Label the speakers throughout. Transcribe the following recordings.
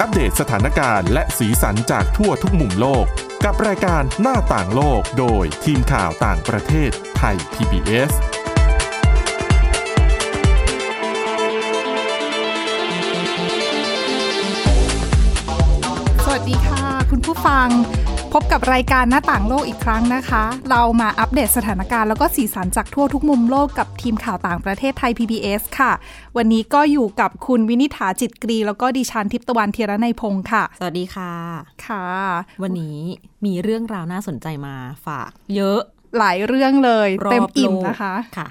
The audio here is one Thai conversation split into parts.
Speaker 1: อัปเดตสถานการณ์และสีสันจากทั่วทุกมุมโลก กับรายการหน้าต่างโลกโดยทีมข่าวต่างประเทศไทย PBS
Speaker 2: สวัสดีค่ะ คุณผู้ฟังพบกับรายการหน้าต่างโลกอีกครั้งนะคะ เรามาอัปเดตสถานการณ์แล้วก็สีสันจากทั่วทุกมุมโลกกับทีมข่าวต่างประเทศไทย PBS ค่ะ วันนี้ก็อยู่กับคุณวินิษฐาจิตกรี แล้วก็ดิฉันทิพย์ตะวันเทียรนัยพงค์ค่ะ
Speaker 3: สวัสดีค่ะ
Speaker 2: ค่ะ
Speaker 3: วันนี้มีเรื่องราวน่าสนใจมาฝาก เยอะ
Speaker 2: หลายเรื่องเลย
Speaker 3: รอบ
Speaker 2: เต็มอิ่ม
Speaker 3: โลก
Speaker 2: นะคะ
Speaker 3: ค่ะ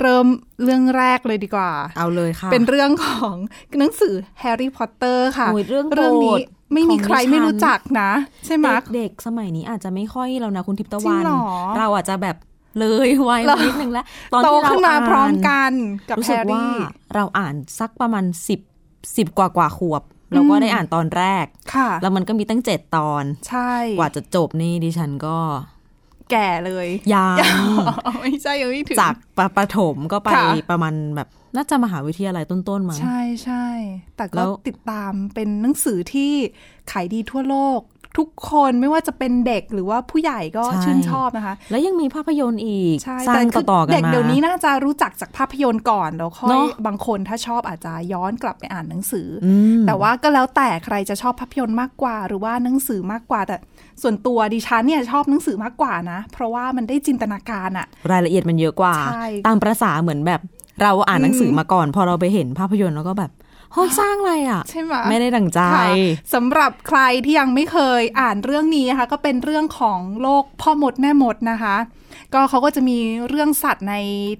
Speaker 2: เริ่มเรื่องแรกเลยดีกว่า
Speaker 3: เอาเลยค่ะ
Speaker 2: เป็นเรื่องของหนังสือแฮร์รี่พอตเตอร์ค่ะ
Speaker 3: โอ้ยเรื่องโปรด
Speaker 2: นี้ไม่มีใคร
Speaker 3: ของดิฉัน
Speaker 2: ไม่รู้จักนะ ใช่ไหม
Speaker 3: เด็กๆสมัยนี้อาจจะไม่ค่อยแล้วนะคุณทิพย์ตะ
Speaker 2: จริ
Speaker 3: วัน
Speaker 2: งเหรอ
Speaker 3: เราอาจจะแบบเลยไวย
Speaker 2: เรา
Speaker 3: นิดนึงแล้ว
Speaker 2: โต
Speaker 3: ที่เ
Speaker 2: ขึ้นมาพร้อมกันกับ
Speaker 3: รู้
Speaker 2: แฮ
Speaker 3: สึก
Speaker 2: ร์
Speaker 3: ว่า
Speaker 2: รี่
Speaker 3: เราอ่านสักประมาณสิบสิบกว่ากว่าขวบ เราก็ได้อ่านตอนแรก
Speaker 2: ค่ะ
Speaker 3: แล้วมันก็มีตั้งเจ็ดตอน
Speaker 2: ใช่
Speaker 3: กว่าจะจบนี่ดิฉันก็
Speaker 2: แก่เลย
Speaker 3: ยัง
Speaker 2: อ๋อไม่ใช่ยังไม่ถึง
Speaker 3: จากปะประถมก็ไป
Speaker 2: ค่ะ
Speaker 3: ประมาณแบบน่าจะมหาวิทยาลัยต้นๆมั้ง
Speaker 2: ใช่ใช่แต่
Speaker 3: แล้
Speaker 2: ก็
Speaker 3: ว
Speaker 2: ติดตามเป็นหนังสือที่ขายดีทั่วโลก ทุกคนไม่ว่าจะเป็นเด็กหรือว่าผู้ใหญ่ก็ชื่นชอบนะคะ
Speaker 3: แล้วยังมีภาพยนตร์อีก
Speaker 2: ใช่
Speaker 3: สร้าง
Speaker 2: คื
Speaker 3: ต่อๆกัน
Speaker 2: เด็ก
Speaker 3: มา
Speaker 2: เดี๋ยวนี้น่าจะรู้จักจากภาพยนตร์ก่อนแล้วค่อย
Speaker 3: เนอะ
Speaker 2: บางคนถ้าชอบอาจจะย้อนกลับไปอ่านหนังสืออ
Speaker 3: อืม
Speaker 2: แต่ว่าก็แล้วแต่ใครจะชอบภาพยนตร์มากกว่า หรือว่าหนังสือมากกว่า แต่ส่วนตัวดิฉันเนี่ยชอบหนังสือมากกว่านะ เพราะว่ามันได้จินตนาการอะ
Speaker 3: รายละเอียดมันเยอะกว่า
Speaker 2: ใช่
Speaker 3: ตามประษาเหมือนแบบ เราอ่านหนังสืออ
Speaker 2: ม
Speaker 3: มาก่อน พอเราไปเห็นภาพยนตร์แล้วก็แบบเฮ้ยสร้างอะไรอ่ะ
Speaker 2: ใช่ไหม
Speaker 3: ไม่ได้ดังใจ
Speaker 2: ค่ะสำหรับใครที่ยังไม่เคยอ่านเรื่องนี้นะคะก็เป็นเรื่องของโลกพ่อมดแม่มดนะคะ ก็เขาก็จะมีเรื่องสัตว์ใน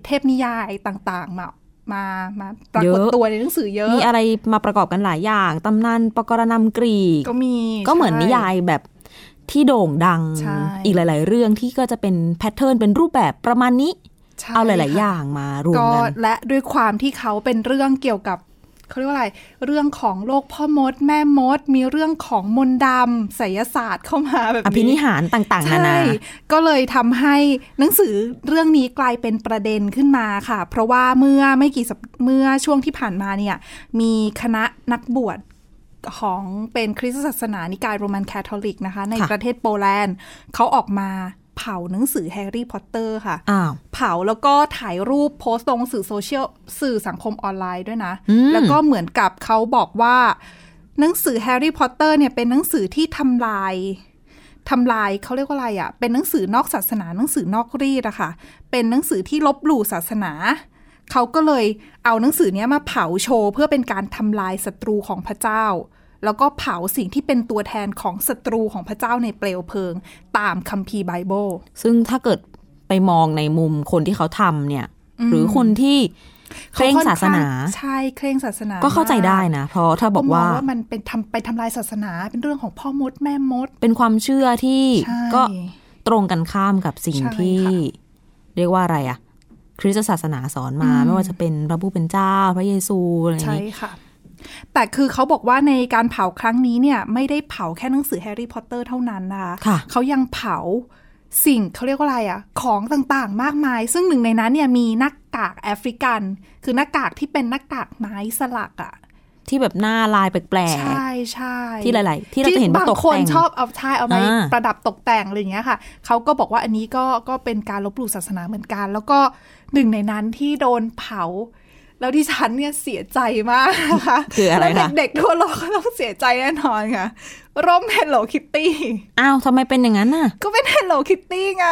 Speaker 2: เทพนิยายต่างๆ มามามาปรากฏ
Speaker 3: เยอะ
Speaker 2: ตัวในหนังสือเยอะ
Speaker 3: มีอะไรมาประกอบกันหลายอย่างตำนานปกรณำกรีก
Speaker 2: ก็มี
Speaker 3: ก็เหมือนนิยาย
Speaker 2: ใช่
Speaker 3: แบบที่โด่งดัง
Speaker 2: ใช่
Speaker 3: อีกหลาย ๆ เรื่องที่ก็จะเป็นแพทเทิร์นเป็นรูปแบบประมาณนี้
Speaker 2: ใช่
Speaker 3: เอาหลาย ๆ
Speaker 2: ค่ะ
Speaker 3: อย่างมารวม
Speaker 2: ก็
Speaker 3: กัน
Speaker 2: และด้วยความที่เขาเป็นเรื่องเกี่ยวกับเขาเรียกว่าอะไร เรื่องของโลกพ่อมด แม่มด มีเรื่องของมนต์ดำไสยศาสตร์เข้ามาแบบ
Speaker 3: อภินิ
Speaker 2: นี้
Speaker 3: หารต่างๆ นา
Speaker 2: ใช่
Speaker 3: นา
Speaker 2: ก็เลยทำให้หนังสือเรื่องนี้กลายเป็นประเด็นขึ้นมาค่ะ เพราะว่าเมื่อไม่กี่สัปเมื่อช่วงที่ผ่านมาเนี่ย มีคณะนักบวชของเป็นคริสตศาสนานิกายโรมันแคทอลิกนะคะ ใน
Speaker 3: ค่ะ
Speaker 2: ประเทศโปแลนด์เขาออกมาเผาหนังสือแฮร์รี่พอตเตอร์ค่ะ
Speaker 3: อ้าว
Speaker 2: เผาแล้วก็ถ่ายรูปโพสต์ลงสื่อโซเชียลสื่อสังคมออนไลน์ด้วยนะ
Speaker 3: อืม
Speaker 2: แล้วก็เหมือนกับเขาบอกว่า หนังสือแฮร์รี่พอตเตอร์เนี่ยเป็นหนังสือที่ทำลายทำลายเขาเรียกว่าอะไรอะ่ะ เป็นหนังสือนอกศาสนาหนังสือนอกรีดอะค่ะ เป็นหนังสือที่ลบหลู่ศาสนา เขาก็เลยเอาหนังสือเนี้ยมาเผาโชว์ เพื่อเป็นการทำลายศัตรูของพระเจ้า แล้วก็เผาสิ่งที่เป็นตัวแทนของศัตรูของพระเจ้าในเปลวเพลิง ตามคัมภีร์ไบเบิล
Speaker 3: ซึ่งถ้าเกิดไปมองในมุมคนที่เขาทำเนี่ย หรือคนที่เคร่งศาสนา
Speaker 2: ใช่เคร่งศาสนา
Speaker 3: ก็เข้าใจได้
Speaker 2: ม
Speaker 3: นะ เพราะถ้า
Speaker 2: ก็
Speaker 3: บอก
Speaker 2: ม
Speaker 3: ว่า
Speaker 2: องว่ามันเป็นทำไปทำลายศาสนาเป็นเรื่องของพ่อมดแม่มด
Speaker 3: เป็นความเชื่อที่
Speaker 2: ใช่
Speaker 3: ก็ตรงกันข้ามกับสิ่ง
Speaker 2: ใช่
Speaker 3: ที่
Speaker 2: ค่ะ
Speaker 3: เรียกว่าอะไรอะคริสตศาสนาสอนมา
Speaker 2: อืม
Speaker 3: ไม่ว่าจะเป็นพระผู้เป็นเจ้า พระเยซูอะไรอย่าง
Speaker 2: ใช่
Speaker 3: นี้
Speaker 2: ค่ะ แต่คือเขาบอกว่าในการเผาครั้งนี้เนี่ย ไม่ได้เผาแค่หนังสือแฮร์รี่พอตเตอร์เท่านั้นนะคะ
Speaker 3: ค่ะ
Speaker 2: เขายังเผาสิ่งเขาเรียกว่าอะไรอะของต่างๆ มากมาย ซึ่งหนึ่งในนั้นเนี่ยมีหน้ากากแอฟริกัน คือหน้ากากที่เป็นหน้ากากไม้สลักอะ
Speaker 3: ที่แบบหน้าลายแปลก
Speaker 2: ใช่ใช่
Speaker 3: ๆ
Speaker 2: ๆ
Speaker 3: ที่หลาย ๆ ที่เราจะเห็นว่า
Speaker 2: บาง
Speaker 3: ตก
Speaker 2: คน
Speaker 3: แต่ง
Speaker 2: ชอบเอาใช่เอาไป
Speaker 3: อ่า
Speaker 2: ประดับตกแต่งอะไรอย่างเงี้ยค่ะ เขาก็บอกว่าอันนี้ก็ก็เป็นการลบหลู่ศาสนาเหมือนกัน แล้วก็หนึ่งในนั้นที่โดนเผา แล้วดิฉันเนี่ยเสียใจมากนะคะ
Speaker 3: คืออะไร
Speaker 2: แล้ว
Speaker 3: คะ
Speaker 2: เด็กๆทั่วโลกก็ต้องเสียใจแน่นอนค่ะ ร่ม Hello Kitty
Speaker 3: อ้าวทำไมเป็นอย่างนั้นน่ะ
Speaker 2: ก็เป็น Hello Kitty ไง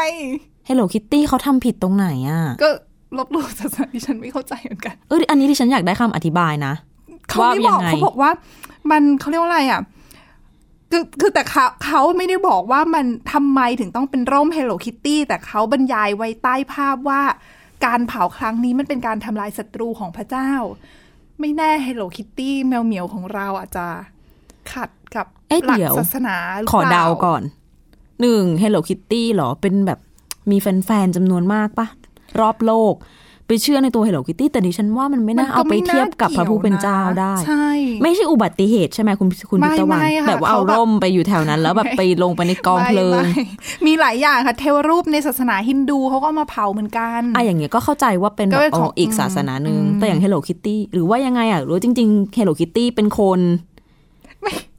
Speaker 3: Hello Kitty เขาทำผิดตรงไหนอ่ะ
Speaker 2: ก็ลบหลู่ศาสนาดิฉันไม่เข้าใจเหมือนกัน
Speaker 3: เอออันนี้ที่ฉันอยากได้คำอธิบายนะ
Speaker 2: เขาไม่บ
Speaker 3: ว่ายั
Speaker 2: อก
Speaker 3: งไง
Speaker 2: เขาบอกว่า มันเขาเรียกว่าอะไรอ่ะคือคือแต่เขาเขาไม่ได้บอกว่ามันทำไมถึงต้องเป็นร่ม Hello Kitty แต่เขาบรรยายไว้ใต้ภาพว่า การเผาครั้งนี้มันเป็นการทำลายศัตรูของพระเจ้า ไม่แน่ Hello Kitty แมวเหมียวของเราอาจจะขัดกับ
Speaker 3: เอ๊ะ
Speaker 2: หลัก
Speaker 3: เดี๋ยว
Speaker 2: ศาสนาหรือ
Speaker 3: ขอ
Speaker 2: เปล่า
Speaker 3: เดาก่อนหนึ่ง Hello Kitty เหรอ เป็นแบบมีแฟนๆจำนวนมากปะรอบโลก ไปเชื่อในตัว Hello Kitty แต่ดิฉันว่ามันไม่น่าเอาไปเทียบกับพระผู้เป็นเจ้าได้
Speaker 2: ใช่
Speaker 3: ไม่ใช่อุบัติเหตุใช่ไหมคุณคุณ
Speaker 2: ไม่
Speaker 3: พิตะวัน
Speaker 2: ไม่ค่ะ
Speaker 3: แบบว่าเอา
Speaker 2: เขาแบบ
Speaker 3: ร่มไปอยู่แถวนั้น แล้วแบบไปลงไปในกองเพลิง
Speaker 2: ไม่ไม่ มีหลายอย่างค่ะเทวรูปในศาสนาฮินดูเขาก็เอามาเผาเหมือนกัน
Speaker 3: อ่ะอย่างเงี้ยก็เข้าใจว่าเป็น
Speaker 2: ก็
Speaker 3: แบ
Speaker 2: เป็
Speaker 3: บ
Speaker 2: น
Speaker 3: อ๋
Speaker 2: ขอ
Speaker 3: อง อีกศาสนาหนึ่ง
Speaker 2: อืม
Speaker 3: แต่อย่าง Hello Kitty หรือว่ายังไงอ่ะหรือว่าจริง ๆ Hello Kitty เป็นคน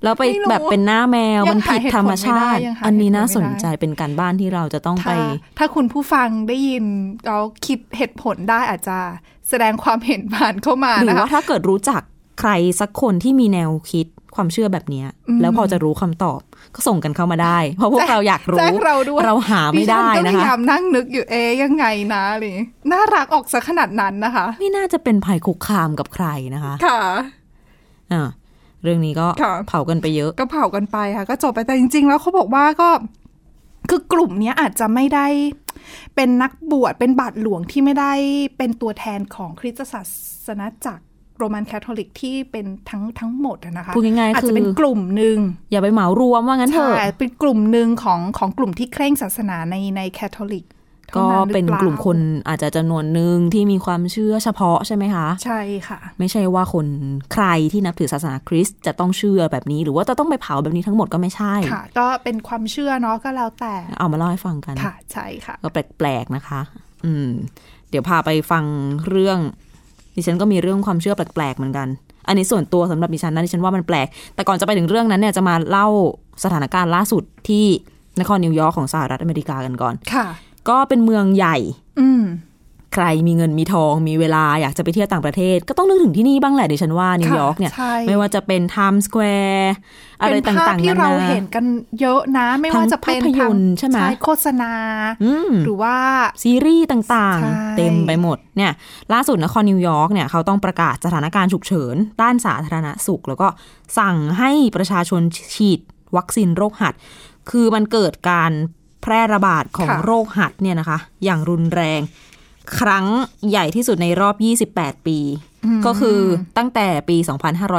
Speaker 3: แล้วไป
Speaker 2: ไม่รู้
Speaker 3: แบบเป็นหน้าแมว
Speaker 2: ยั
Speaker 3: มัน
Speaker 2: งหา
Speaker 3: ผิด
Speaker 2: เหตุผล
Speaker 3: ธรรมชาติ
Speaker 2: ไม่ได้ยังหา
Speaker 3: อันนี้น่า
Speaker 2: เหตุผ
Speaker 3: ส
Speaker 2: ล
Speaker 3: น
Speaker 2: ไม่ได้
Speaker 3: ใจเป็นการบ้านที่เราจะต้องไป
Speaker 2: ถ้าถ้าคุณผู้ฟังได้ยินเราคิดเหตุผลได้อาจจะแสดงความเห็นผ่านเข้ามา
Speaker 3: หรือ
Speaker 2: นะ
Speaker 3: ว่า
Speaker 2: คะ
Speaker 3: ถ้าเกิดรู้จักใครสักคนที่มีแนวคิดความเชื่อแบบเนี้ย
Speaker 2: อืม
Speaker 3: แล้วพอจะรู้คำตอบก็ส่งกันเข้ามาได้ เพราะพวก
Speaker 2: แจ้ง
Speaker 3: เราอยากรู้
Speaker 2: แจ้งเราด้วย
Speaker 3: หาไม่ได้
Speaker 2: ดิฉัก็พ
Speaker 3: นะ
Speaker 2: ยา
Speaker 3: คะ
Speaker 2: ยามนั่งนึกอยู่เอ๊ะยังไงนะอะไรอย่างงี้น่ารักออกซะขนาดนั้นนะคะ
Speaker 3: ไม่น่าจะเป็นภัยคุกคามกับใครนะคะ
Speaker 2: ค่ะ
Speaker 3: อ่าเรื่องนี้ก็
Speaker 2: ค่ะ
Speaker 3: เผากันไปเยอะ
Speaker 2: ก็เผากันไปค่ะ ก็จบไปแต่จริง ๆ แล้วเขาบอกว่าก็คือกลุ่มเนี้ยอาจจะไม่ได้เป็นนักบวชเป็นบาทหลวงที่ไม่ได้เป็นตัวแทนของคริสตศาสนาจักรโรมันแคทอลิกที่เป็นทั้งทั้งหมดอะนะคะ
Speaker 3: พูดง่ายๆ
Speaker 2: อาจจะเป็น
Speaker 3: คือ
Speaker 2: กลุ่มหนึ่ง
Speaker 3: อย่าไปเหมารวมว่างั้นเถ
Speaker 2: ใช่
Speaker 3: อะ
Speaker 2: เป็นกลุ่มหนึ่งของของกลุ่มที่เคร่งศาสนาในในแคทอลิกท่า
Speaker 3: ก็
Speaker 2: หรือ
Speaker 3: เป็น
Speaker 2: ล่าก
Speaker 3: ลุ่มคนอาจจะจำนวนหนึ่งที่มีความเชื่อเฉพาะใช่ไหมคะ
Speaker 2: ใช่ค่ะ
Speaker 3: ไม่ใช่ว่าคนใครที่นับถือศาสนาคริสต์จะต้องเชื่อแบบนี้ หรือว่าจะต้องไปเผาแบบนี้ทั้งหมดก็ไม่ใช่
Speaker 2: ค่ะ ก็เป็นความเชื่อเนาะก็แล้วแต่
Speaker 3: เอามาเล่าให้ฟังกัน
Speaker 2: ค่ะใช่ค่ะ
Speaker 3: ก็แปลกๆนะคะ อืม เดี๋ยวพาไปฟังเรื่อง ดิฉันก็มีเรื่องความเชื่อแปลกๆเหมือนกัน อันนี้ส่วนตัวสำหรับดิฉันนะดิฉันว่ามันแปลก แต่ก่อนจะไปถึงเรื่องนั้นเนี่ยจะมาเล่าสถานการณ์ล่าสุดที่นครนิวยอร์กของสหรัฐอเมริกากันก่อน
Speaker 2: ค่ะ
Speaker 3: ก็เป็นเมืองใหญ่
Speaker 2: อืม
Speaker 3: ใครมีเงินมีทองมีเวลาอยากจะไปเที่ยวต่างประเทศ ก็ต้องนึกถึงที่นี่บ้างแหละดิฉันว่านิวยอร์กเนี่ย
Speaker 2: ค่ะใช่
Speaker 3: ไม่ว่าจะเป็นไทม์สแควร์อะไร
Speaker 2: เป็นภาพ
Speaker 3: ต่างๆ
Speaker 2: ที่
Speaker 3: นา
Speaker 2: เรา
Speaker 3: นา
Speaker 2: เห็นกันเยอะนะ ไม่ว่าจะเป็น
Speaker 3: ทั้งภาพยนตร์ใช่ไหม
Speaker 2: โฆษณา
Speaker 3: อืม
Speaker 2: หรือว่า
Speaker 3: ซีรีส์ต่าง
Speaker 2: ใช่
Speaker 3: ๆ เต็มไปหมดเนี่ยล่าสุดนครนิวยอร์กเนี่ยเขาต้องประกาศสถานการณ์ฉุกเฉิน ด้านสาธารณสุข แล้วก็สั่งให้ประชาชนฉีดวัคซีนโรคหัด คือมันเกิดการแพร่ระบาดของโรคหัดเนี่ยนะคะ อย่างรุนแรง ครั้งใหญ่ที่สุดในรอบ 28 ปี ก็คือตั้งแต่ปี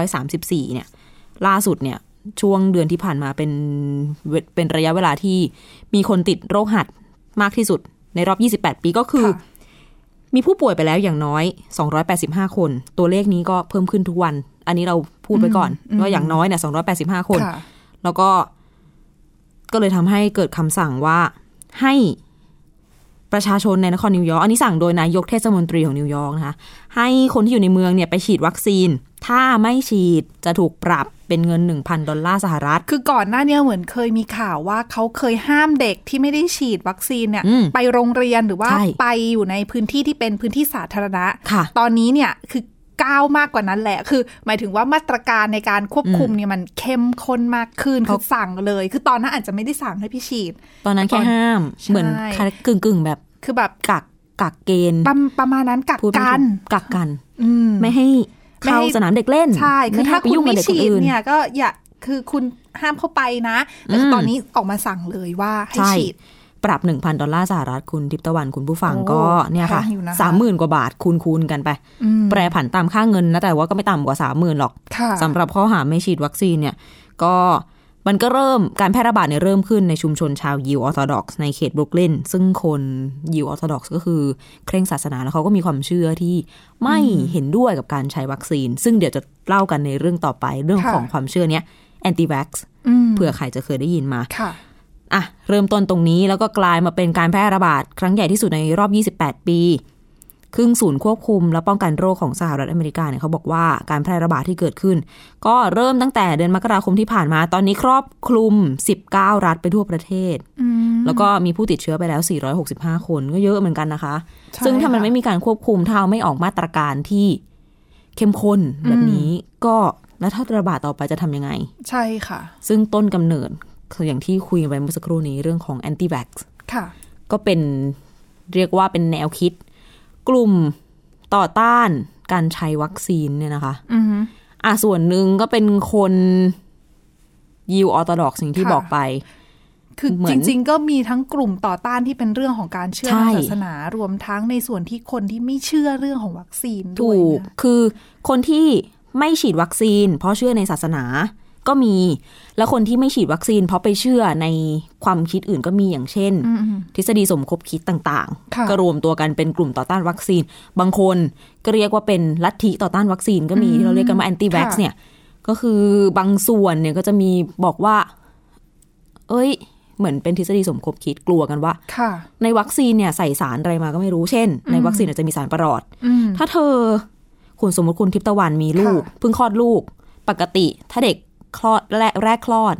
Speaker 3: 2534 เนี่ย ล่าสุดเนี่ยช่วงเดือนที่ผ่านมาเป็นเวเป็นระยะเวลาที่มีคนติดโรคหัดมากที่สุดในรอบ 28 ปีก็คือ
Speaker 2: ค่ะ
Speaker 3: มีผู้ป่วยไปแล้วอย่างน้อย 285 คน ตัวเลขนี้ก็เพิ่มขึ้นทุกวัน อันนี้เราพูดไปก่อนว่าอย่างน้อยเนี่ย285 คน
Speaker 2: ค่ะ
Speaker 3: แล้วก็ก็เลยทำให้เกิดคำสั่งว่าให้ประชาชนในนครนิวยอร์กอันนี้สั่งโดยนายกเทศมนตรีของนิวยอร์กนะคะ ให้คนที่อยู่ในเมืองเนี่ยไปฉีดวัคซีน ถ้าไม่ฉีดจะถูกปรับเป็นเงิน 1,000 ดอลลาร์สหรัฐ
Speaker 2: คือก่อนหน้าเนี้เหมือนเคยมีข่าวว่าเขาเคยห้ามเด็กที่ไม่ได้ฉีดวัคซีนเนี่ย
Speaker 3: อืม
Speaker 2: ไปโรงเรียนหรือว่า
Speaker 3: ใช่
Speaker 2: ไปอยู่ในพื้นที่ที่เป็นพื้นที่สาธารณะ
Speaker 3: ค่ะ
Speaker 2: ตอนนี้เนี่ยคือก้าวมากกว่านั้นแหละ คือ หมายถึงว่ามาตรการในการควบคุมเนี่ยมันเข้มข้นมากขึ้นคือสั่งเลย คือตอนนั้นอาจจะไม่ได้สั่งให้พี่ฉีด
Speaker 3: ตอนนั้นแค่ห้าม
Speaker 2: ใช่
Speaker 3: เหมือนกึ่งกึ่งๆ แบบ
Speaker 2: คือแบบ
Speaker 3: กักกักเกณฑ์
Speaker 2: ประประมาณนั้นกัก
Speaker 3: พูดไม่
Speaker 2: กั
Speaker 3: ถู
Speaker 2: น
Speaker 3: กกักกัน
Speaker 2: อืม
Speaker 3: ไม่ให้
Speaker 2: ไม่
Speaker 3: เข้า
Speaker 2: ให้
Speaker 3: สนามเด็กเล่น
Speaker 2: ใช่ คือ
Speaker 3: ไม่ให้
Speaker 2: ถ้า
Speaker 3: ไป
Speaker 2: คุณ
Speaker 3: ยุ่งกับ
Speaker 2: ไม่
Speaker 3: เด็กคน
Speaker 2: ฉีด
Speaker 3: อื่น
Speaker 2: เนี่ยก็อย่า คือคุณห้ามเข้าไปนะ แต่ตอนนี้ออกมาสั่งเลยว่าให้
Speaker 3: ใช่
Speaker 2: ฉีด
Speaker 3: ปรับ 1,000 ดอลลาร์สหรัฐคุณทิพย์ตะวันคุณผู้ฟัง
Speaker 2: โอ้
Speaker 3: ก็เนี่ยค่ะ
Speaker 2: แพงอยู่นะคะ
Speaker 3: สามหมื่นกว่าบาทคูณคูณกันไป
Speaker 2: อืม
Speaker 3: แปรผันตามค่าเงินนะ แต่ว่าก็ไม่ต่ำกว่าสามหมื่นหรอก
Speaker 2: ค่ะ
Speaker 3: สำหรับข้อหาไม่ฉีดวัคซีนเนี่ย ก็มันก็เริ่มการแพร่ระบาดเนี่ยเริ่มขึ้นในชุมชนชาวยิวออร์โธดอกซ์ในเขตบรุกลินซึ่งคนยิวออร์โธดอกซ์ก็คือ เคร่งศาสนาแล้วเขาก็มีความเชื่อที่ไม่เห็นด้วยกับการใช้วัคซีน ซึ่งเดี๋ยวจะเล่ากันในเรื่องต่อไปเรื่อง
Speaker 2: ค่ะ
Speaker 3: ของความเชื่อเนี้ยแอนติวัค
Speaker 2: อืม
Speaker 3: เผื่อใครจะเคยได้ยินมา
Speaker 2: ค่ะ
Speaker 3: อ่ะเริ่มต้นตรงนี้แล้วก็กลายมาเป็นการแพร่ระบาด ครั้งใหญ่ที่สุดในรอบ 28 ปี ครึ่งศูนย์ควบคุม และป้องกันโรคของสหรัฐอเมริกาเนี่ยเขาบอกว่าการแพร่ระบาดที่เกิดขึ้น ก็เริ่มตั้งแต่เดือนมกราคมที่ผ่านมา ตอนนี้ครอบคลุม 19 รัฐไปทั่วประเทศ
Speaker 2: อืม
Speaker 3: แล้วก็มีผู้ติดเชื้อไปแล้ว 465 คนก็เยอะเหมือนกันนะคะ
Speaker 2: ใช่
Speaker 3: ซึ่งถ้ามัน
Speaker 2: ค่ะ
Speaker 3: ไม่มีการควบคุมถ้าไม่ออกมาตรการที่เข้มข้นแบบนี้ก็แล้วถ้าระบาดต่อไปจะทำยังไง
Speaker 2: ใช่ค่ะ
Speaker 3: ซึ่งต้นกำเนิดคืออย่างที่คุยกันไปเมื่อสักครู่นี้เรื่องของแอนติแ x ก
Speaker 2: ค่ะ
Speaker 3: ก็เป็นเรียกว่าเป็นแนวคิด กลุ่มต่อต้านการใช้วัคซีนเนี่ยนะคะ
Speaker 2: อืม
Speaker 3: อ่ะส่วนหนึ่งก็เป็นคนยิวออร์ตดอกสิ่างที่
Speaker 2: ค่ะ
Speaker 3: บอกไป
Speaker 2: คือ
Speaker 3: เหมื
Speaker 2: จ
Speaker 3: อน
Speaker 2: ริง ๆ ก็มีทั้งกลุ่มต่อต้านที่เป็นเรื่องของการเชื่อ
Speaker 3: ใช่
Speaker 2: ในศาสนารวมทั้งในส่วนที่คนที่ไม่เชื่อเรื่องของวัคซีนด้
Speaker 3: ถู
Speaker 2: วย
Speaker 3: ก
Speaker 2: นะ
Speaker 3: คือคนที่ไม่ฉีดวัคซีน เพราะเชื่อในศาสนาก็มี แล้วคนที่ไม่ฉีดวัคซีน เพราะไปเชื่อในความคิดอื่นก็มีอย่างเช่น
Speaker 2: อืม
Speaker 3: ทฤษฎีสมคบคิดต่าง
Speaker 2: ค่ะ
Speaker 3: ๆ ก็รวมตัวกันเป็นกลุ่มต่อต้านวัคซีน บางคนก็เรียกว่าเป็นลัทธิต่อต้านวัคซีนก็มีที่เราเรียกกันว่าแอนติวัคเนี่ย ก็คือบางส่วนเนี่ยก็จะมีบอกว่า เอ้ย เหมือนเป็นทฤษฎีสมคบคิดกลัวกันว่า
Speaker 2: ๆค่ะ
Speaker 3: ในวัคซีนเนี่ยใส่สารอะไรมาก็ไม่รู้ เช่น ในวัคซีนอาจจะมีสารประหลอด
Speaker 2: อืม
Speaker 3: ถ้าเธอคุณสมมติคุณทิพย์ตะวันมีลูก
Speaker 2: ค่ะ
Speaker 3: เพิ่งคลอดลูก ปกติ ถ้าเด็ก คลอดแรกแรกคลอด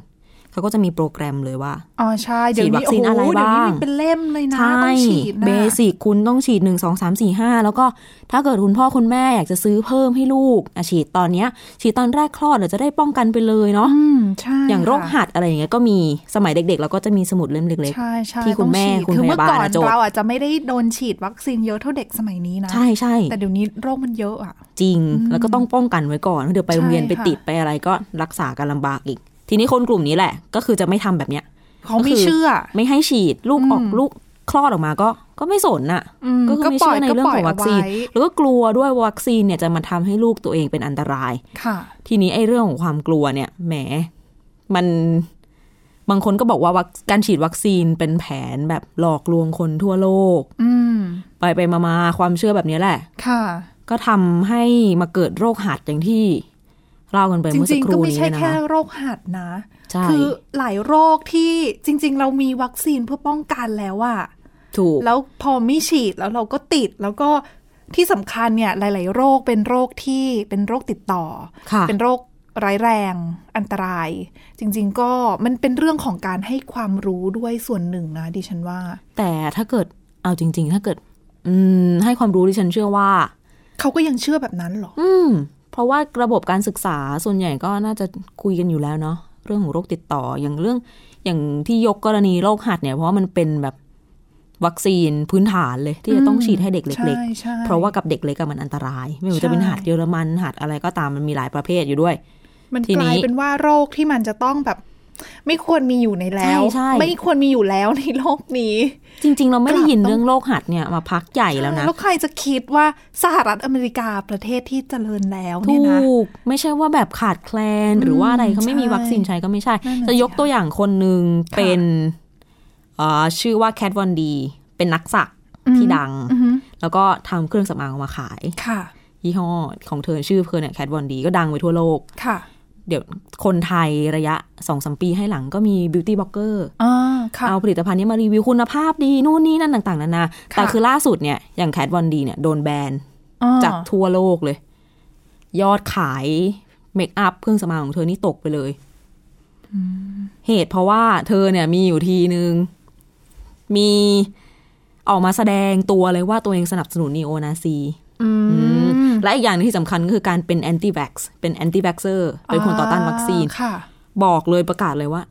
Speaker 3: เขาก็จะมีโปรแกรมเลยว่า
Speaker 2: อ๋อใช่ เดี๋ยว
Speaker 3: ฉีดวั
Speaker 2: นี้
Speaker 3: ค
Speaker 2: โอ้
Speaker 3: ซีน
Speaker 2: โห
Speaker 3: อะไร
Speaker 2: เดี๋ยวนี้
Speaker 3: บ้าง
Speaker 2: มีเป็นเล่มเลยนะ
Speaker 3: ใช่
Speaker 2: ต้องฉีดนะ
Speaker 3: เบสิกคุณต้องฉีดหนึ่งสองสามสี่ห้าแล้วก็ถ้าเกิดคุณพ่อคุณแม่อยากจะซื้อเพิ่มให้ลูกอะฉีดตอนเนี้ย ฉีดตอนแรกคลอดเราจะได้ป้องกันไปเลยเนาะ
Speaker 2: อืมใช่
Speaker 3: อย่างโรค
Speaker 2: ค่ะ
Speaker 3: หัดอะไรอย่างเงี้ยก็มีสมัยเด็กๆเราก็จะมีสมุดเล่มเล็ก
Speaker 2: ใช่ใช่
Speaker 3: ที่คุณแม่
Speaker 2: ต้องฉีด
Speaker 3: คุณ
Speaker 2: อ
Speaker 3: พยาบา
Speaker 2: เมื่อ
Speaker 3: ล
Speaker 2: ก่อน
Speaker 3: อะจบ
Speaker 2: เราอาจจะไม่ได้โดนฉีดวัคซีนเยอะเท่าเด็กสมัยนี้
Speaker 3: ๆ
Speaker 2: นะ
Speaker 3: ใช่ใช่
Speaker 2: แต่เดี๋ยวนี้โรคมันเยอะอ่ะ
Speaker 3: จริง แล้วก็ต้องป้องกันไว้ก่อนเดี๋ยวไปโรงเรียนไป
Speaker 2: ใช่ค่ะ
Speaker 3: ติดไปอะไรก็รักษากันลำบากอีก ทีนี้คนกลุ่มนี้แหละ ก็คือจะไม่ทำแบบเนี้ย
Speaker 2: เขา
Speaker 3: ก็
Speaker 2: ไม่
Speaker 3: คือ
Speaker 2: เชื่อ
Speaker 3: ไม่ให้ฉีดลูกออก
Speaker 2: อืม
Speaker 3: ลูกคลอดออกมาก็ก็ไม่สนน่ะ
Speaker 2: อืม
Speaker 3: ก็คือไม่
Speaker 2: ปล่
Speaker 3: เชื่อในเรื่องของวัคซีน
Speaker 2: ก็ปล่ยเาไ
Speaker 3: แล้วก็กลัวด้วยว่าวัคซีนเนี่ยจะมาทำให้ลูกตัวเองเป็นอันตราย
Speaker 2: ว้ค่ะ
Speaker 3: ทีนี้ไอ้เรื่องของความกลัวเนี่ยแหมมันบางคนก็บอกว่าวัคการฉีดวัคซีนเป็นแผนแบบหลอกลวงคนทั่วโลก
Speaker 2: อืม
Speaker 3: ไปไปมามาความเชื่อแบบนี้แหละ
Speaker 2: ค่ะ
Speaker 3: ก็ทำให้มาเกิดโรคหัดอย่างที่เล่ากันไป
Speaker 2: จ
Speaker 3: เมื่อสั
Speaker 2: ริ
Speaker 3: ก
Speaker 2: งๆ
Speaker 3: ค
Speaker 2: ก็
Speaker 3: รู่
Speaker 2: ไม่
Speaker 3: นี้
Speaker 2: ใช่
Speaker 3: นะ
Speaker 2: แค่
Speaker 3: คะ
Speaker 2: โรคหัดนะ
Speaker 3: ใช่
Speaker 2: คือหลายโรคที่จริง ๆ เรามีวัคซีนเพื่อป้องกันแล้วอะ
Speaker 3: ถูก
Speaker 2: แล้วพอไม่ฉีดแล้วเราก็ติดแล้วก็ที่สำคัญเนี่ยหลาย ๆ โรคเป็นโรคที่เป็นโรคติดต่อ
Speaker 3: ค่ะ
Speaker 2: เป็นโรคร้ายแรงอันตราย จริง ๆ ก็มันเป็นเรื่องของการให้ความรู้ด้วยส่วนหนึ่งนะดิฉันว่า
Speaker 3: แต่ถ้าเกิดเอาจริง ๆ ถ้าเกิด อืม ให้ความรู้ดิฉันเชื่อว่า
Speaker 2: เขาก็ยังเชื่อแบบนั้นเหรอ
Speaker 3: อืม เพราะว่าระบบการศึกษาส่วนใหญ่ก็น่าจะคุยกันอยู่แล้วเนาะเรื่องของโรคติดต่ออย่างเรื่องอย่างที่ยกกรณีโรคหัดเนี่ย เพราะว่ามันเป็นแบบวัคซีนพื้นฐานเลย ที่จะต้องฉีดให้เด็กเล็ก
Speaker 2: ใช่ใช่
Speaker 3: ๆ เพราะว่ากับเด็กเล็กอะมันอันตราย ไม่ว่า
Speaker 2: ใช่
Speaker 3: จะเป็นหัดเยอรมันหัดอะไรก็ตามมันมีหลายประเภทอยู่ด้วย
Speaker 2: มัน
Speaker 3: ที
Speaker 2: ก
Speaker 3: นี้
Speaker 2: ลายเป็นว่าโรคที่มันจะต้องแบบ ไม่ควรมีอยู่ในแล้ว
Speaker 3: ใช่ใช่
Speaker 2: ไม่ควรมีอยู่แล้วในโลกนี้
Speaker 3: จริง ๆ เราไม่ได้
Speaker 2: กลับ
Speaker 3: ยินเรื่องโรคหัดเนี่ยมาพักใหญ่แล้วนะ
Speaker 2: แล้วใครจะคิดว่าสหรัฐอเมริกาประเทศที่เจริญแล้ว
Speaker 3: ถู
Speaker 2: เนี่ยนะ
Speaker 3: กไม่ใช่ว่าแบบขาดแคลน หรือว่าอะไรเขาไม่มี
Speaker 2: ใช่
Speaker 3: วัคซีนใช้ก็ไม่ใช่
Speaker 2: นั่นน่ะ
Speaker 3: จะยก
Speaker 2: สิ
Speaker 3: ตัวอย่างคนหนึ่ง
Speaker 2: ค่ะ
Speaker 3: เป็นอ่าชื่อว่าแคทวอนดี เป็นนักสัก ที่ดัง
Speaker 2: อือฮึ
Speaker 3: แล้วก็ทำเครื่องสำอางออกมาขาย
Speaker 2: ค่ะ
Speaker 3: ยี่ห้อของเธอชื่อเธอเนี่ยแคทวอนดีก็ดังไปทั่วโลก
Speaker 2: ค่ะ
Speaker 3: เดี๋ยวคนไทยระยะ2อสปีให้หลังก็มีบิวตี้บล็อกเกอร์
Speaker 2: อ่าค่ะ
Speaker 3: เอาผลิตภัณฑ์นี้มารีวิวคุณภาพดี นู่นนี่นั่นต่าง ๆ นานา แต่คือล่าสุดเนี่ย อย่างแคทวอนดีเนี่ยโดนแบนจากทั่วโลกเลย ยอดขายเมคอัพเครื่องสำอางของเธอนี่ตกไปเลยเหตุเพราะว่าเธอเนี่ยมีอยู่ทีนึง มีออกมาแสดงตัวเลยว่าตัวเองสนับสนุนนีโอนาซี
Speaker 2: อืม
Speaker 3: และอีกอย่างหนึ่งที่สำคัญก็คือการเป็นแอนตี้แว็กซ์เป็นแอนตี้แว็กเซอร์เป็นคนต่อต้านวัคซีน
Speaker 2: ค่ะ
Speaker 3: บอกเลยประกาศเลยว่า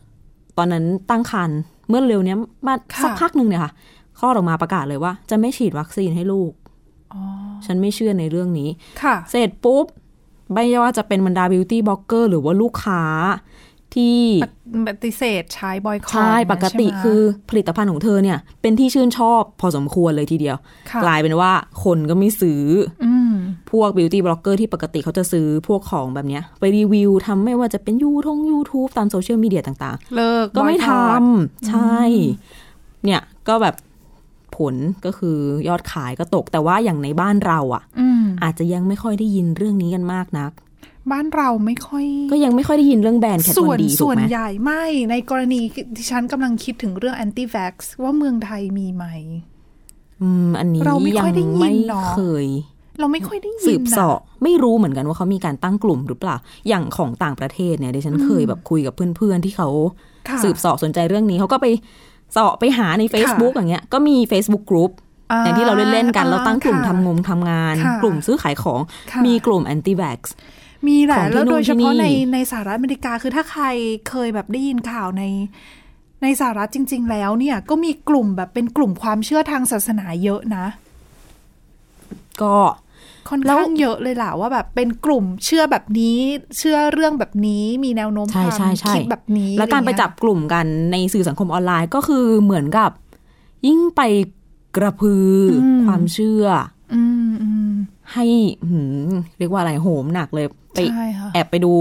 Speaker 3: ตอนนั้นตั้งครรภ์เมื่อเร็วเนี้ยมา
Speaker 2: ค่ะ
Speaker 3: สักพักหนึ่งเนี่ยค่ะข้อดออกมาประกาศเลยว่า จะไม่ฉีดวัคซีนให้ลูก
Speaker 2: อ๋อ
Speaker 3: ฉันไม่เชื่อในเรื่องนี้
Speaker 2: ค่ะ
Speaker 3: เสร็จปุ๊บ ไม่ว่าจะเป็นบรรดาบิวตี้บล็อกเกอร์หรือว่าลูกค้าที่
Speaker 2: ปฏิเสธใช้บอยคอร
Speaker 3: ใช่ปกติคือผลิตภัณฑ์ของเธอเนี่ย เป็นที่ชื่นชอบพอสมควรเลยทีเดียว
Speaker 2: ค่ะ
Speaker 3: กลายเป็นว่าคนก็ไม่ซื้อ
Speaker 2: อืม
Speaker 3: พวกบิวตี้บล็อกเกอร์ที่ปกติเขาจะซื้อพวกของแบบเนี้ย ไปรีวิวทำไม่ว่าจะเป็นยูทง YouTube ตามโซเชียลมีเดียต่าง
Speaker 2: เลิก
Speaker 3: ๆ ก็ไม่
Speaker 2: บอย
Speaker 3: ท
Speaker 2: คอร
Speaker 3: ำใช่ เนี่ยก็แบบผลก็คือยอดขายก็ตกแต่ว่าอย่างในบ้านเราอะ่ะ
Speaker 2: อืม
Speaker 3: อาจจะยังไม่ค่อยได้ยินเรื่องนี้กันมากนัก
Speaker 2: บ้านเราไม่ค่อย
Speaker 3: ก็ยังไม่ค่อยได้ยินเรื่องแบรนด์แคท
Speaker 2: ส่
Speaker 3: ว
Speaker 2: วน น
Speaker 3: ดีถู
Speaker 2: ส่
Speaker 3: ก
Speaker 2: วน
Speaker 3: ไหม
Speaker 2: ใหญ่ไม่ในกรณีที่ฉันกำลังคิดถึงเรื่อง anti vax ว่าเมืองไทยมีไหม
Speaker 3: อืมอันนี้
Speaker 2: เราไม่
Speaker 3: ยั
Speaker 2: ค่
Speaker 3: ง
Speaker 2: อยได้ยิน
Speaker 3: ไม่
Speaker 2: เนอะ
Speaker 3: เคย
Speaker 2: เราไม่ค่อยได้ยิน
Speaker 3: สืบเสาะ
Speaker 2: นะ
Speaker 3: ไม่รู้เหมือนกันว่าเขามีการตั้งกลุ่มหรือเปล่า อย่างของต่างประเทศเนี่ยดิฉันเคยแบบคุยกับเพื่อนๆที่เขา
Speaker 2: ค่ะ
Speaker 3: สืบเสาะสนใจเรื่องนี้เขาก็ไปเสาะไปหาใน Facebook อย่างเงี้ยก็มี Facebook Group อย่างที่เราเล่นๆกันเราตั้งกลุ่มทำงงทำงาน
Speaker 2: ค่ะ
Speaker 3: กลุ่มซื้อขายของ
Speaker 2: ค่ะ
Speaker 3: มีกลุ่ม anti vax
Speaker 2: มีแหละ
Speaker 3: ของที่
Speaker 2: แล้ว
Speaker 3: นู่น
Speaker 2: โดยเฉ
Speaker 3: ที่
Speaker 2: พาะ
Speaker 3: นี่
Speaker 2: ในในสหรัฐอเมริกาคือถ้าใครเคยแบบได้ยินข่าวใน ในสหรัฐจริง ๆ แล้วเนี่ยก็มีกลุ่มแบบเป็นกลุ่มความเชื่อทางศาสนาเยอะนะ
Speaker 3: ก็
Speaker 2: ค่อน
Speaker 3: แล้ว
Speaker 2: ข้างเยอะเลยล่ะว่าแบบเป็นกลุ่มเชื่อแบบนี้ เชื่อเรื่องแบบนี้มีแนวโน้มค
Speaker 3: ใช่
Speaker 2: วาม
Speaker 3: ใช่ใช่
Speaker 2: คิดแบบนี้
Speaker 3: และการไปจับกลุ่มกันในสื่อสังคมออนไลน์ก็คือเหมือนกับ ยิ่งไปกระพืออความเชื่อ
Speaker 2: อืมอืม
Speaker 3: ให้หืมเรียกว่าอะไรโหมหนักเลยไป
Speaker 2: ใช่ค่ะ
Speaker 3: แอบไปดู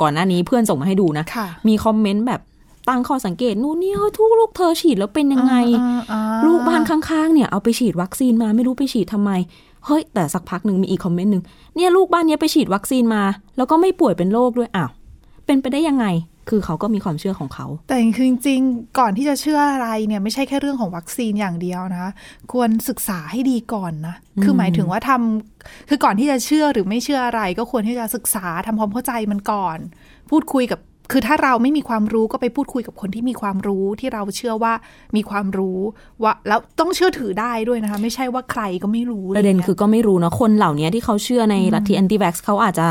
Speaker 3: ก่อนหน้านี้เพื่อนส่งมาให้ดูนะ
Speaker 2: ค่ะ
Speaker 3: มีคอมเมนต์แบบตั้งข้อสังเกตนู่นนี่เฮ้ยทุกลูกเธอฉีดแล้วเป็นยังไง
Speaker 2: อ่าอ่า
Speaker 3: ลูกบ้านข้างๆเนี่ยเอาไปฉีดวัคซีนมาไม่รู้ไปฉีดทำไม เฮ้ย แต่สักพักหนึ่งมีอีกคอมเมนต์หนึ่งเนี่ยลูกบ้านเนี้ยไปฉีดวัคซีนมา แล้วก็ไม่ป่วยเป็นโรคด้วยอ้าวเป็นไปได้ยังไง คือเขาก็มีความเชื่อของเขา
Speaker 2: แต่คือจริงๆก่อนที่จะเชื่ออะไรเนี่ยไม่ใช่แค่เรื่องของวัคซีนอย่างเดียวนะคะควรศึกษาให้ดีก่อนนะคือหมายถึงว่าทำคือก่อนที่จะเชื่อหรือไม่เชื่ออะไร ก็ควรที่จะศึกษาทำความเข้าใจมันก่อน พูดคุยกับ คือถ้าเราไม่มีความรู้ก็ไปพูดคุยกับคนที่มีความรู้ที่เราเชื่อว่ามีความรู้ว่าแล้วต้องเชื่อถือได้ด้วยนะคะ ไม่ใช่ว่าใครก็ไม่รู้
Speaker 3: ประเด็นคือก็ไม่รู้นะคนเหล่านี้ที่เขาเชื่อในลัทธิแอนตี้แว็กซ์เขาอาจจะ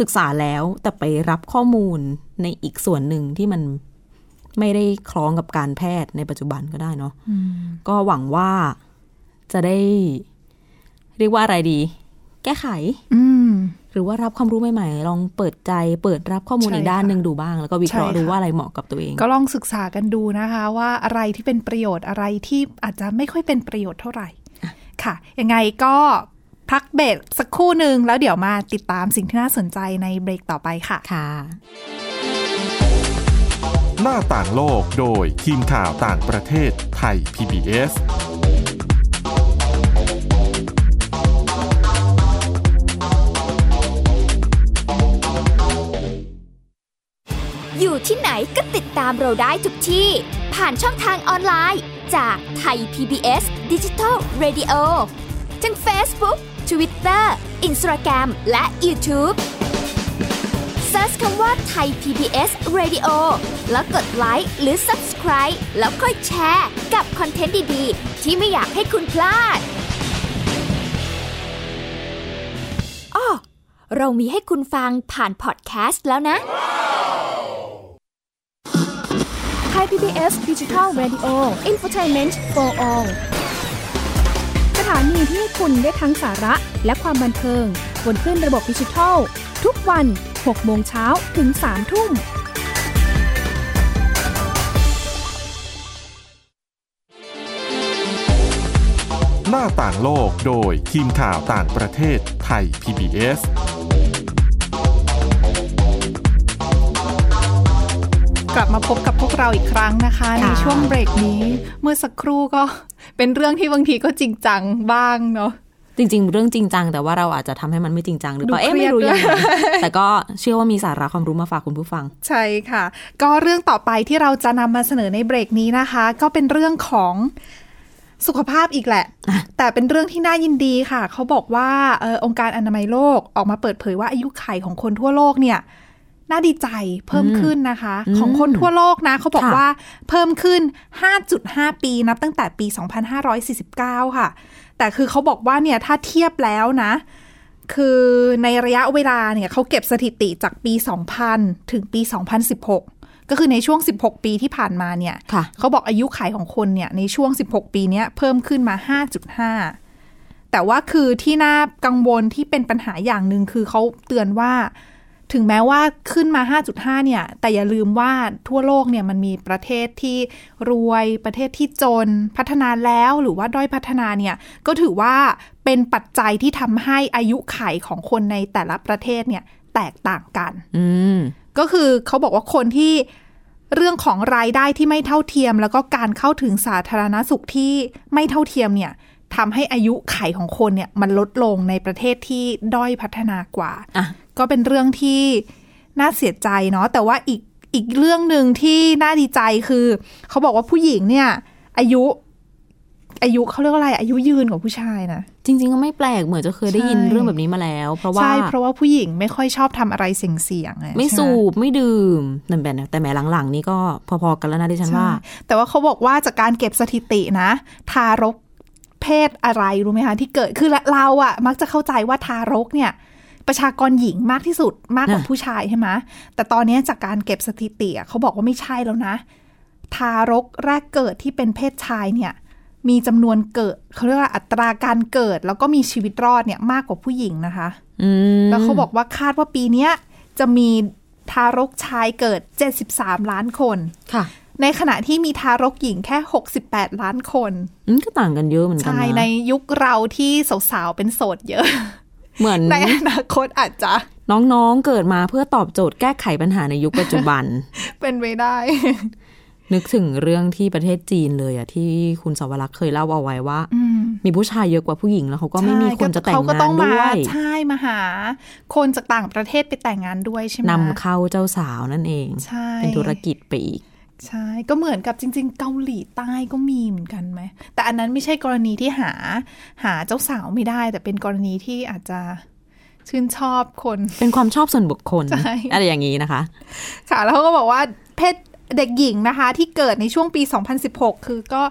Speaker 3: ศึกษาแล้ว แต่ไปรับข้อมูลในอีกส่วนหนึ่งที่มันไม่ได้คล้องกับการแพทย์ในปัจจุบันก็ได้เนาะก็หวังว่าจะได้ เรียกว่าอะไรดี แก้ไข
Speaker 2: อืม
Speaker 3: หรือว่ารับความรู้ใหม่ๆลองเปิดใจ เปิดรับข้อมูล
Speaker 2: ใช่
Speaker 3: อีกด้าน
Speaker 2: ค่ะ
Speaker 3: หนึ่งดูบ้าง แล้วก็วิเคราะห์
Speaker 2: ใช่ค่ะ
Speaker 3: ดูว่าอะไรเหมาะกับตัวเอง
Speaker 2: ก็ลองศึกษากันดูนะคะว่าอะไรที่เป็นประโยชน์อะไรที่อาจจะไม่ค่อยเป็นประโยชน์เท่าไหร่ ค่ะ ยังไงก็พักเบรกสักครู่หนึ่งแล้วเดี๋ยวมาติดตามสิ่งที่น่าสนใจในเบรกต่อไปค่ะ
Speaker 3: ค่ะ
Speaker 1: หน้าต่างโลกโดยทีมข่าวต่างประเทศไทย PBS
Speaker 4: อยู่ที่ไหนก็ติดตามเราได้ทุกที่ ผ่านช่องทางออนไลน์ จากไทย PBS Digital Radio ทั้ง Facebook Twitter Instagram และ YouTube Search คำว่าไทย PBS Radio แล้วกดไลค์หรือ Subscribe แล้วค่อยแชร์ กับคอนเทนต์ดี ๆ ที่ไม่อยากให้คุณพลาดอ้อเรามีให้คุณฟังผ่านพอดแคสต์แล้วนะ
Speaker 5: ไทย PBS Digital Radio Infotainment for All สถานีที่ให้คุณได้ทั้งสาระและความบันเทิง บนคลื่นระบบดิจิทัล ทุกวัน 6 โมงเช้าถึง 3 ทุ่ม
Speaker 1: หน้าต่างโลกโดยทีมข่าวต่างประเทศไทย PBS
Speaker 2: กลับมาพบกับพวกเราอีกครั้งนะคะ ในช่วงเบรกนี้ เมื่อสักครู่ก็ เป็นเรื่องที่บางทีก็จริงจังบ้างเนาะ
Speaker 3: จริง ๆ เรื่องจริงจังแต่ว่าเราอาจจะทำให้มันไม่จริงจังหรือเปล่า
Speaker 2: ดู
Speaker 3: เอ๊ะ
Speaker 2: เครี
Speaker 3: ไม่
Speaker 2: ยด
Speaker 3: รู้ยังไง
Speaker 2: ด้วย
Speaker 3: แต่ก็เชื่อว่ามีสาระความรู้มาฝากคุณผู้ฟัง
Speaker 2: ใช่ค่ะ ก็เรื่องต่อไปที่เราจะนำมาเสนอในเบรกนี้นะคะ ก็เป็นเรื่องของสุขภาพอีกแหละ แต่เป็นเรื่องที่น่ายินดีค่ะ เขาบอกว่าเออองค์การอนามัยโลกออกมาเปิดเผยว่าอายุไขของคนทั่วโลกเนี่ยน่าดีใจเพิ่มขึ้นนะคะ ของคนทั่วโลกนะเขาบอก
Speaker 3: ค่ะ
Speaker 2: ว่าเพิ่มขึ้น 5.5 ปีนับตั้งแต่ปี 2549 ค่ะ แต่คือเขาบอกว่าเนี่ยถ้าเทียบแล้วนะ คือในระยะเวลาเนี่ยเขาเก็บสถิติจากปี 2000 ถึงปี 2016 ก็คือในช่วง 16 ปีที่ผ่านมาเนี่ย
Speaker 3: ค่ะ
Speaker 2: เขาบอกอายุขัยของคนเนี่ยในช่วง 16 ปีเนี้ยเพิ่มขึ้นมา 5.5 แต่ว่าคือที่น่ากังวลที่เป็นปัญหาอย่างหนึ่งคือเขาเตือนว่า ถึงแม้ว่าขึ้นมา 5.5 เนี่ย แต่อย่าลืมว่าทั่วโลกเนี่ยมันมีประเทศที่รวยประเทศที่จนพัฒนาแล้วหรือว่าด้อยพัฒนาเนี่ย ก็ถือว่าเป็นปัจจัยที่ทำให้อายุขัยของคนในแต่ละประเทศเนี่ยแตกต่างกัน
Speaker 3: อืม
Speaker 2: ก็คือเขาบอกว่าคนที่เรื่องของรายได้ที่ไม่เท่าเทียม แล้วก็การเข้าถึงสาธารณสุขที่ไม่เท่าเทียมเนี่ยทำให้อายุไขยของคนเนี่ยมันลดลงในประเทศที่ด้อยพัฒนากว่า
Speaker 3: อ่ะ
Speaker 2: ก็เป็นเรื่องที่น่าเสียใจเนาะแต่ว่าอีกอีกเรื่องหนึ่งที่น่าดีใจคือ เขาบอกว่าผู้หญิงเนี่ยอายุอายุเขาเรียกว่าอะไร อายุยืนกว่าผู้ชายนะ
Speaker 3: จริง ๆ ก็ไม่แปลกเหมือนจะเคยได้ยิน
Speaker 2: ใช่
Speaker 3: เรื่องแบบนี้มาแล้ว เพราะว่า
Speaker 2: ใช่เพราะว่าผู้หญิงไม่ค่อยชอบทำอะไรเสี่ยงๆอะ
Speaker 3: ไม่
Speaker 2: ใช่ห
Speaker 3: สูบไม่ดื่มนั่นแบบแต่แหมหลังๆ นี้ก็พอๆกันแล้วนะดิฉันว่า
Speaker 2: ใช่แต่ว่าเขาบอกว่าจากการเก็บสถิตินะ ทารกเพศอะไรรู้ไหมคะที่เกิดคือเราอะมักจะเข้าใจว่าทารกเนี่ย ประชากรหญิงมากที่สุดมากกว่า
Speaker 3: น่ะ
Speaker 2: ผู้ชายใช่ไหมแต่ตอนเนี้ยจากการเก็บสถิติอะเขาบอกว่าไม่ใช่แล้วนะ ทารกแรกเกิดที่เป็นเพศชายเนี่ย มีจำนวนเกิดเขาเรียกว่าอัตราการเกิด แล้วก็มีชีวิตรอดเนี่ยมากกว่าผู้หญิงนะคะ
Speaker 3: อืม
Speaker 2: แล้วเขาบอกว่าคาดว่าปีเนี้ยจะมีทารกชายเกิด 73 ล้านคน
Speaker 3: ค่ะ
Speaker 2: ในขณะที่มีทารกหญิงแค่ 68 ล้านคน
Speaker 3: อืมก็ต่างกันเยอะเหมือนกัน
Speaker 2: ใช่ใน
Speaker 3: นะ
Speaker 2: ยุคเราที่สาวๆ เป็นโสดเยอะ
Speaker 3: เหมือน
Speaker 2: ในอนาคตอาจจะ
Speaker 3: น้องๆ เกิดมาเพื่อตอบโจทย์แก้ไขปัญหาในยุคปัจจุบัน
Speaker 2: เป็นไปได้
Speaker 3: นึกถึงเรื่องที่ประเทศจีนเลยอะที่คุณสวรักษ์เคยเล่าเอาไว้ว่า มีผู้ชายเยอะกว่าผู้หญิงแล้วเขาก็ไม่มีคนจะแต่ง
Speaker 2: ใช่ก็เขาก็
Speaker 3: งา
Speaker 2: ต้อน ง
Speaker 3: ด้
Speaker 2: มา
Speaker 3: วย
Speaker 2: ใช่มาหา คนจากต่างประเทศไปแต่งงานด้วยใช่ไหม
Speaker 3: นำเข้าเจ้าสาวนั่นเอง
Speaker 2: ใช่
Speaker 3: เป็นธุรกิจไปอีก
Speaker 2: ใช่ก็เหมือนกับจริง ๆ เกาหลีใต้ก็มีเหมือนกันไหม แต่อันนั้นไม่ใช่กรณีที่หา หาเจ้าสาวไม่ได้ แต่เป็นกรณีที่อาจจะ ชื่นชอบคน
Speaker 3: เป็นความชอบส่วนบุคคล
Speaker 2: ใช่
Speaker 3: อะไรอย่างนี้นะคะ
Speaker 2: ค่ะ แล้วเขาก็บอกว่าเพศเด็กหญิงนะคะ ที่เกิดในช่วงปี 2016 คือก็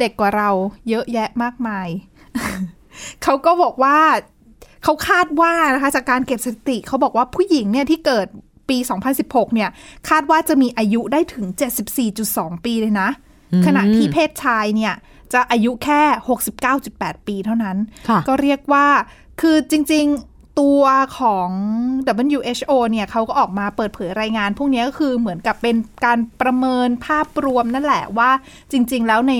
Speaker 2: เด็กกว่าเราเยอะแยะมากมาย เขาก็บอกว่าเขาคาดว่านะคะ จากการเก็บสถิติเขาบอกว่าผู้หญิงเนี่ยที่เกิดปี 2016 เนี่ย คาดว่าจะมีอายุได้ถึง 74.2 ปีเลยนะ ขณะที่เพศชายเนี่ย จะอายุแค่ 69.8 ปีเท่านั้น
Speaker 3: ค่ะ
Speaker 2: ก็เรียกว่า คือจริงๆ ตัวของ WHO เนี่ยเขาก็ออกมาเปิดเผยรายงาน พวกนี้ก็คือเหมือนกับเป็นการประเมินภาพรวมนั่นแหละว่าจริงๆ แล้วใน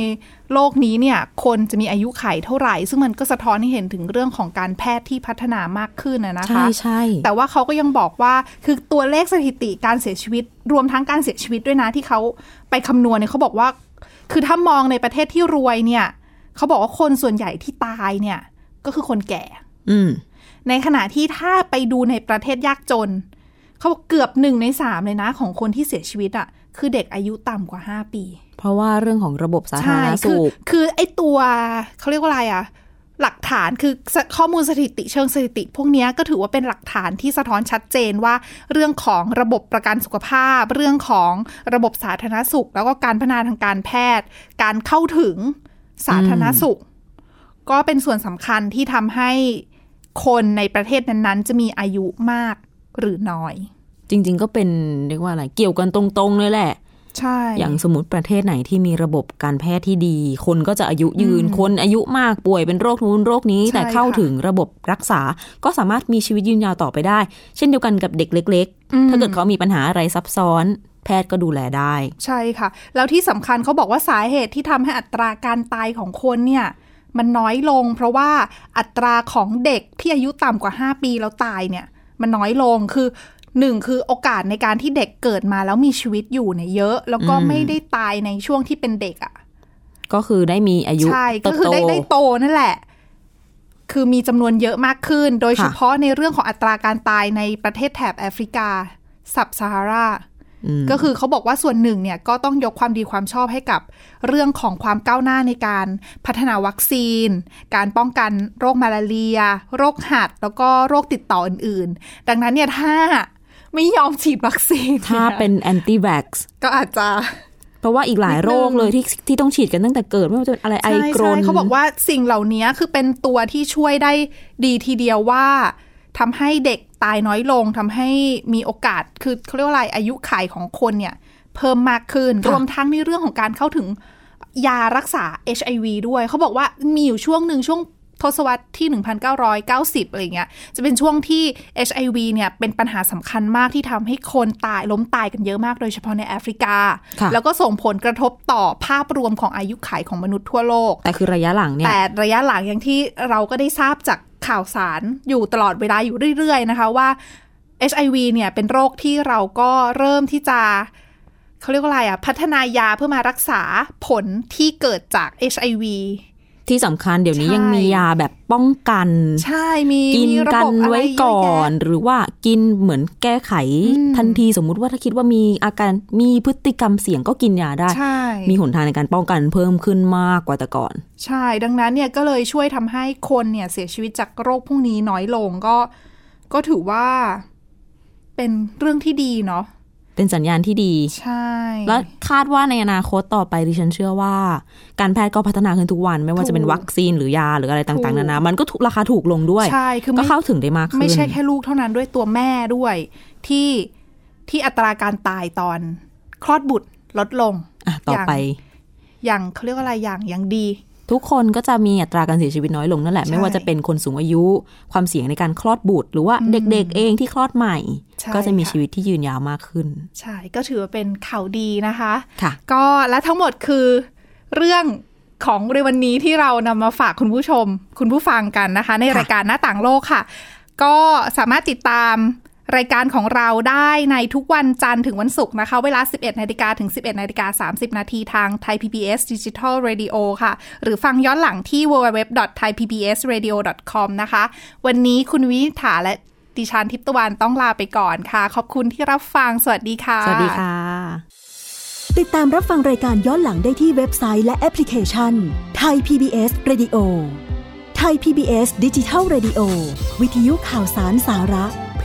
Speaker 2: โลกนี้เนี่ย คนจะมีอายุไขเท่าไหร่ ซึ่งมันก็สะท้อนให้เห็นถึงเรื่องของการแพทย์ที่พัฒนามากขึ้นนะนะคะ
Speaker 3: ใช่ใช่
Speaker 2: แต่ว่าเขาก็ยังบอกว่าคือตัวเลขสถิติการเสียชีวิต รวมทั้งการเสียชีวิตด้วยนะที่เขาไปคำนวณเนี่ยเขาบอกว่า คือถ้ามองในประเทศที่รวยเนี่ยเขาบอกว่าคนส่วนใหญ่ที่ตายเนี่ย ก็คือคนแก่
Speaker 3: อืม
Speaker 2: ในขณะที่ถ้าไปดูในประเทศยากจน เขาบอกเกือบหนึ่งในสามเลยนะ ของคนที่เสียชีวิตอะ่ะคือเด็กอายุต่ำกว่าห้าปี
Speaker 3: เพราะว่าเรื่องของระบบสาธาร
Speaker 2: ใช่
Speaker 3: ณ
Speaker 2: คื
Speaker 3: สุ
Speaker 2: อ
Speaker 3: ข
Speaker 2: คือไอตัวเขาเรียกว่าอะไรอะหลักฐานคือสข้อมูลสถิติเชิงสถิติ พวกเนี้ยก็ถือว่าเป็นหลักฐานที่สะท้อนชัดเจนว่า เรื่องของระบบประกันสุขภาพ เรื่องของระบบสาธารณสุข แล้วก็การพัฒนาทางการแพทย์ การเข้าถึงสาธารณสุข ก็เป็นส่วนสำคัญที่ทำให้คนในประเทศนั้นๆ จะมีอายุมากหรือน้อย
Speaker 3: จริง ๆ ก็เป็นเรียกว่าอะไร เกี่ยวกันตรงๆเลยแหละ
Speaker 2: ใช่
Speaker 3: อย่างสมมติประเทศไหนที่มีระบบการแพทย์ที่ดี คนก็จะอายุยืน คนอายุมากป่วยเป็นโรคนู้นโรคนี้
Speaker 2: ใช่
Speaker 3: แต่เข้า
Speaker 2: ค่ะ
Speaker 3: ถึงระบบรักษา ก็สามารถมีชีวิตยืนยาวต่อไปได้ เช่นเดียวกันกับเด็กเล็ก ๆ ถ้าเกิดเขามีปัญหาอะไรซับซ้อน แพทย์ก็ดูแลได้
Speaker 2: ใช่ค่ะ แล้วที่สำคัญเขาบอกว่าสาเหตุที่ทำให้อัตราการตายของคนเนี่ย มันน้อยลง เพราะว่าอัตราของเด็กที่อายุต่ำกว่า 5 ปีแล้วตายเนี่ย มันน้อยลงคือหนึ่งคือโอกาสในการที่เด็กเกิดมาแล้วมีชีวิตอยู่เนี่ยเยอะ แล้วก็
Speaker 3: อืม
Speaker 2: ไม่ได้ตายในช่วงที่เป็นเด็กอ่ะ
Speaker 3: ก็คือได้มีอายุ
Speaker 2: ใช่ ก็
Speaker 3: เติบ
Speaker 2: คือ
Speaker 3: โต
Speaker 2: ได้ได้โตนั่นแหละ คือมีจำนวนเยอะมากขึ้น โดย
Speaker 3: ค่ะ
Speaker 2: เฉพาะในเรื่องของอัตราการตายในประเทศแถบแอฟริกาสับซาฮารา
Speaker 3: อืม
Speaker 2: ก็คือเขาบอกว่าส่วนหนึ่งเนี่ยก็ต้องยกความดีความชอบให้กับเรื่องของความก้าวหน้าในการพัฒนาวัคซีน การป้องกันโรคมาลาเรีย โรคหัด แล้วก็โรคติดต่ออื่นๆ ดังนั้นเนี่ยถ้าไม่ยอมฉีดวัคซีน
Speaker 3: ถ้าเป็นแอนติแว็กซ์
Speaker 2: ก็อาจจะ
Speaker 3: เพราะว่าอีกหลายโรคเลยที่ที่ต้องฉีดกันตั้งแต่เกิดไม่ว่าจะเป็นอะไรไอ
Speaker 2: ใช่
Speaker 3: กรน
Speaker 2: ใช่เขาบอกว่าสิ่งเหล่านี้คือเป็นตัวที่ช่วยได้ดีทีเดียวว่าทำให้เด็กตายน้อยลงทำให้มีโอกาสคือเขาเรียกว่าอะไรอายุขัยของคนเนี่ย เพิ่มมากขึ้น
Speaker 3: ค่ะ
Speaker 2: รวมทั้งในเรื่องของการเข้าถึงยารักษา HIV ด้วย เขาบอกว่ามีอยู่ช่วงหนึ่งช่วงทศวรรษที่ 1990 อะไรเงี้ยจะเป็นช่วงที่ HIV เนี่ยเป็นปัญหาสำคัญมากที่ทำให้คนตายล้มตายกันเยอะมากโดยเฉพาะในแอฟริกา
Speaker 3: ค่ะ
Speaker 2: แล้วก็ส่งผลกระทบต่อภาพรวมของอายุขัยของมนุษย์ทั่วโลก
Speaker 3: แต่คือระยะหลังเนี่ย
Speaker 2: แต่ระยะหลังอย่างที่เราก็ได้ทราบจากข่าวสารอยู่ตลอดเวลาอยู่เรื่อยๆนะคะว่า HIV เนี่ยเป็นโรคที่เราก็เริ่มที่จะเขาเรียกว่าอะไรอ่ะ พัฒนายาเพื่อมารักษาผลที่เกิดจาก HIV
Speaker 3: ที่สำคัญเดี๋ยวนี้
Speaker 2: ใช่
Speaker 3: ยังมียาแบบป้องกัน
Speaker 2: ใช่มี
Speaker 3: กิน
Speaker 2: มีระ
Speaker 3: กับ น
Speaker 2: บอะไร
Speaker 3: ไว้
Speaker 2: เยะแยะ
Speaker 3: ก่อนหรือว่ากินเหมือนแก้ไข
Speaker 2: อืม
Speaker 3: ทันทีสมมุติว่าถ้าคิดว่ามีอาการมีพฤติกรรมเสี่ยงก็กินยาได้
Speaker 2: ใช่
Speaker 3: มีหนทางในการป้องกันเพิ่มขึ้นมากกว่าแต่ก่อน
Speaker 2: ใช่ ดังนั้นเนี่ยก็เลยช่วยทำให้คนเนี่ยเสียชีวิตจากโรคพวกนี้น้อยลงก็ก็ถือว่าเป็นเรื่องที่ดีเนาะ
Speaker 3: เป็นสัญญาณที่ดี
Speaker 2: ใช่
Speaker 3: และคาดว่าในอนาคตต่อไปดิฉันเชื่อว่า การแพทย์ก็พัฒนาขึ้นทุกวัน ไม่ว่าจะเป็นวัคซีนหรือยาหรืออะไรต่างๆนานามันก็ถูกราคาถูกลงด้วย
Speaker 2: ใช่คือ
Speaker 3: ก็
Speaker 2: ไม่
Speaker 3: เข้าถึงได้มากขึ้น
Speaker 2: ไม่ใช่แค่ลูกเท่านั้นด้วยตัวแม่ด้วย ที่ที่อัตราการตายตอนคลอดบุตรลดลง
Speaker 3: อ่ะต่อไป
Speaker 2: อย่างเขาเรียกว่าอะไรอย่างอย่างดี
Speaker 3: ทุกคนก็จะมีอัตราการเสียชีวิตน้อยลงนั่นแหละ
Speaker 2: ใช่
Speaker 3: ไม่ว่าจะเป็นคนสูงอายุ ความเสี่ยงในการคลอดบุตร หรือว่าเด็กๆเองที่คลอดใหม่
Speaker 2: ใช่
Speaker 3: ก็จะมี
Speaker 2: ค่ะ
Speaker 3: ชีวิตที่ยืนยาวมากขึ้น
Speaker 2: ใช่ ก็ถือว่าเป็นข่าวดีนะคะ
Speaker 3: ค่ะ
Speaker 2: ก็และทั้งหมดคือเรื่องของในวันนี้ที่เรานำมาฝากคุณผู้ชม คุณผู้ฟังกันนะคะ ใน
Speaker 3: ค่ะ
Speaker 2: รายการหน้าต่างโลกค่ะ ก็สามารถติดตามรายการของเราได้ในทุกวันจันทร์ถึงวันศุกร์นะคะ เวลา 11นาฬิกาถึง 11นาฬิกา30 นาทีทาง Thai PBS Digital Radio ค่ะ หรือฟังย้อนหลังที่ www.thaipbsradio.com นะคะ วันนี้คุณวินิษฐาและดิฉันทิพย์ตะวันต้องลาไปก่อนค่ะ ขอบคุณที่รับฟัง สวัสดีค่ะ
Speaker 3: สวัสดีค่ะ
Speaker 6: ติดตามรับฟังรายการย้อนหลังได้ที่เว็บไซต์และแอปพลิเคชันไทย PBS Radio ไทย PBS ดิจิทัล Radio วิทยุข่าวสารสาระ เพ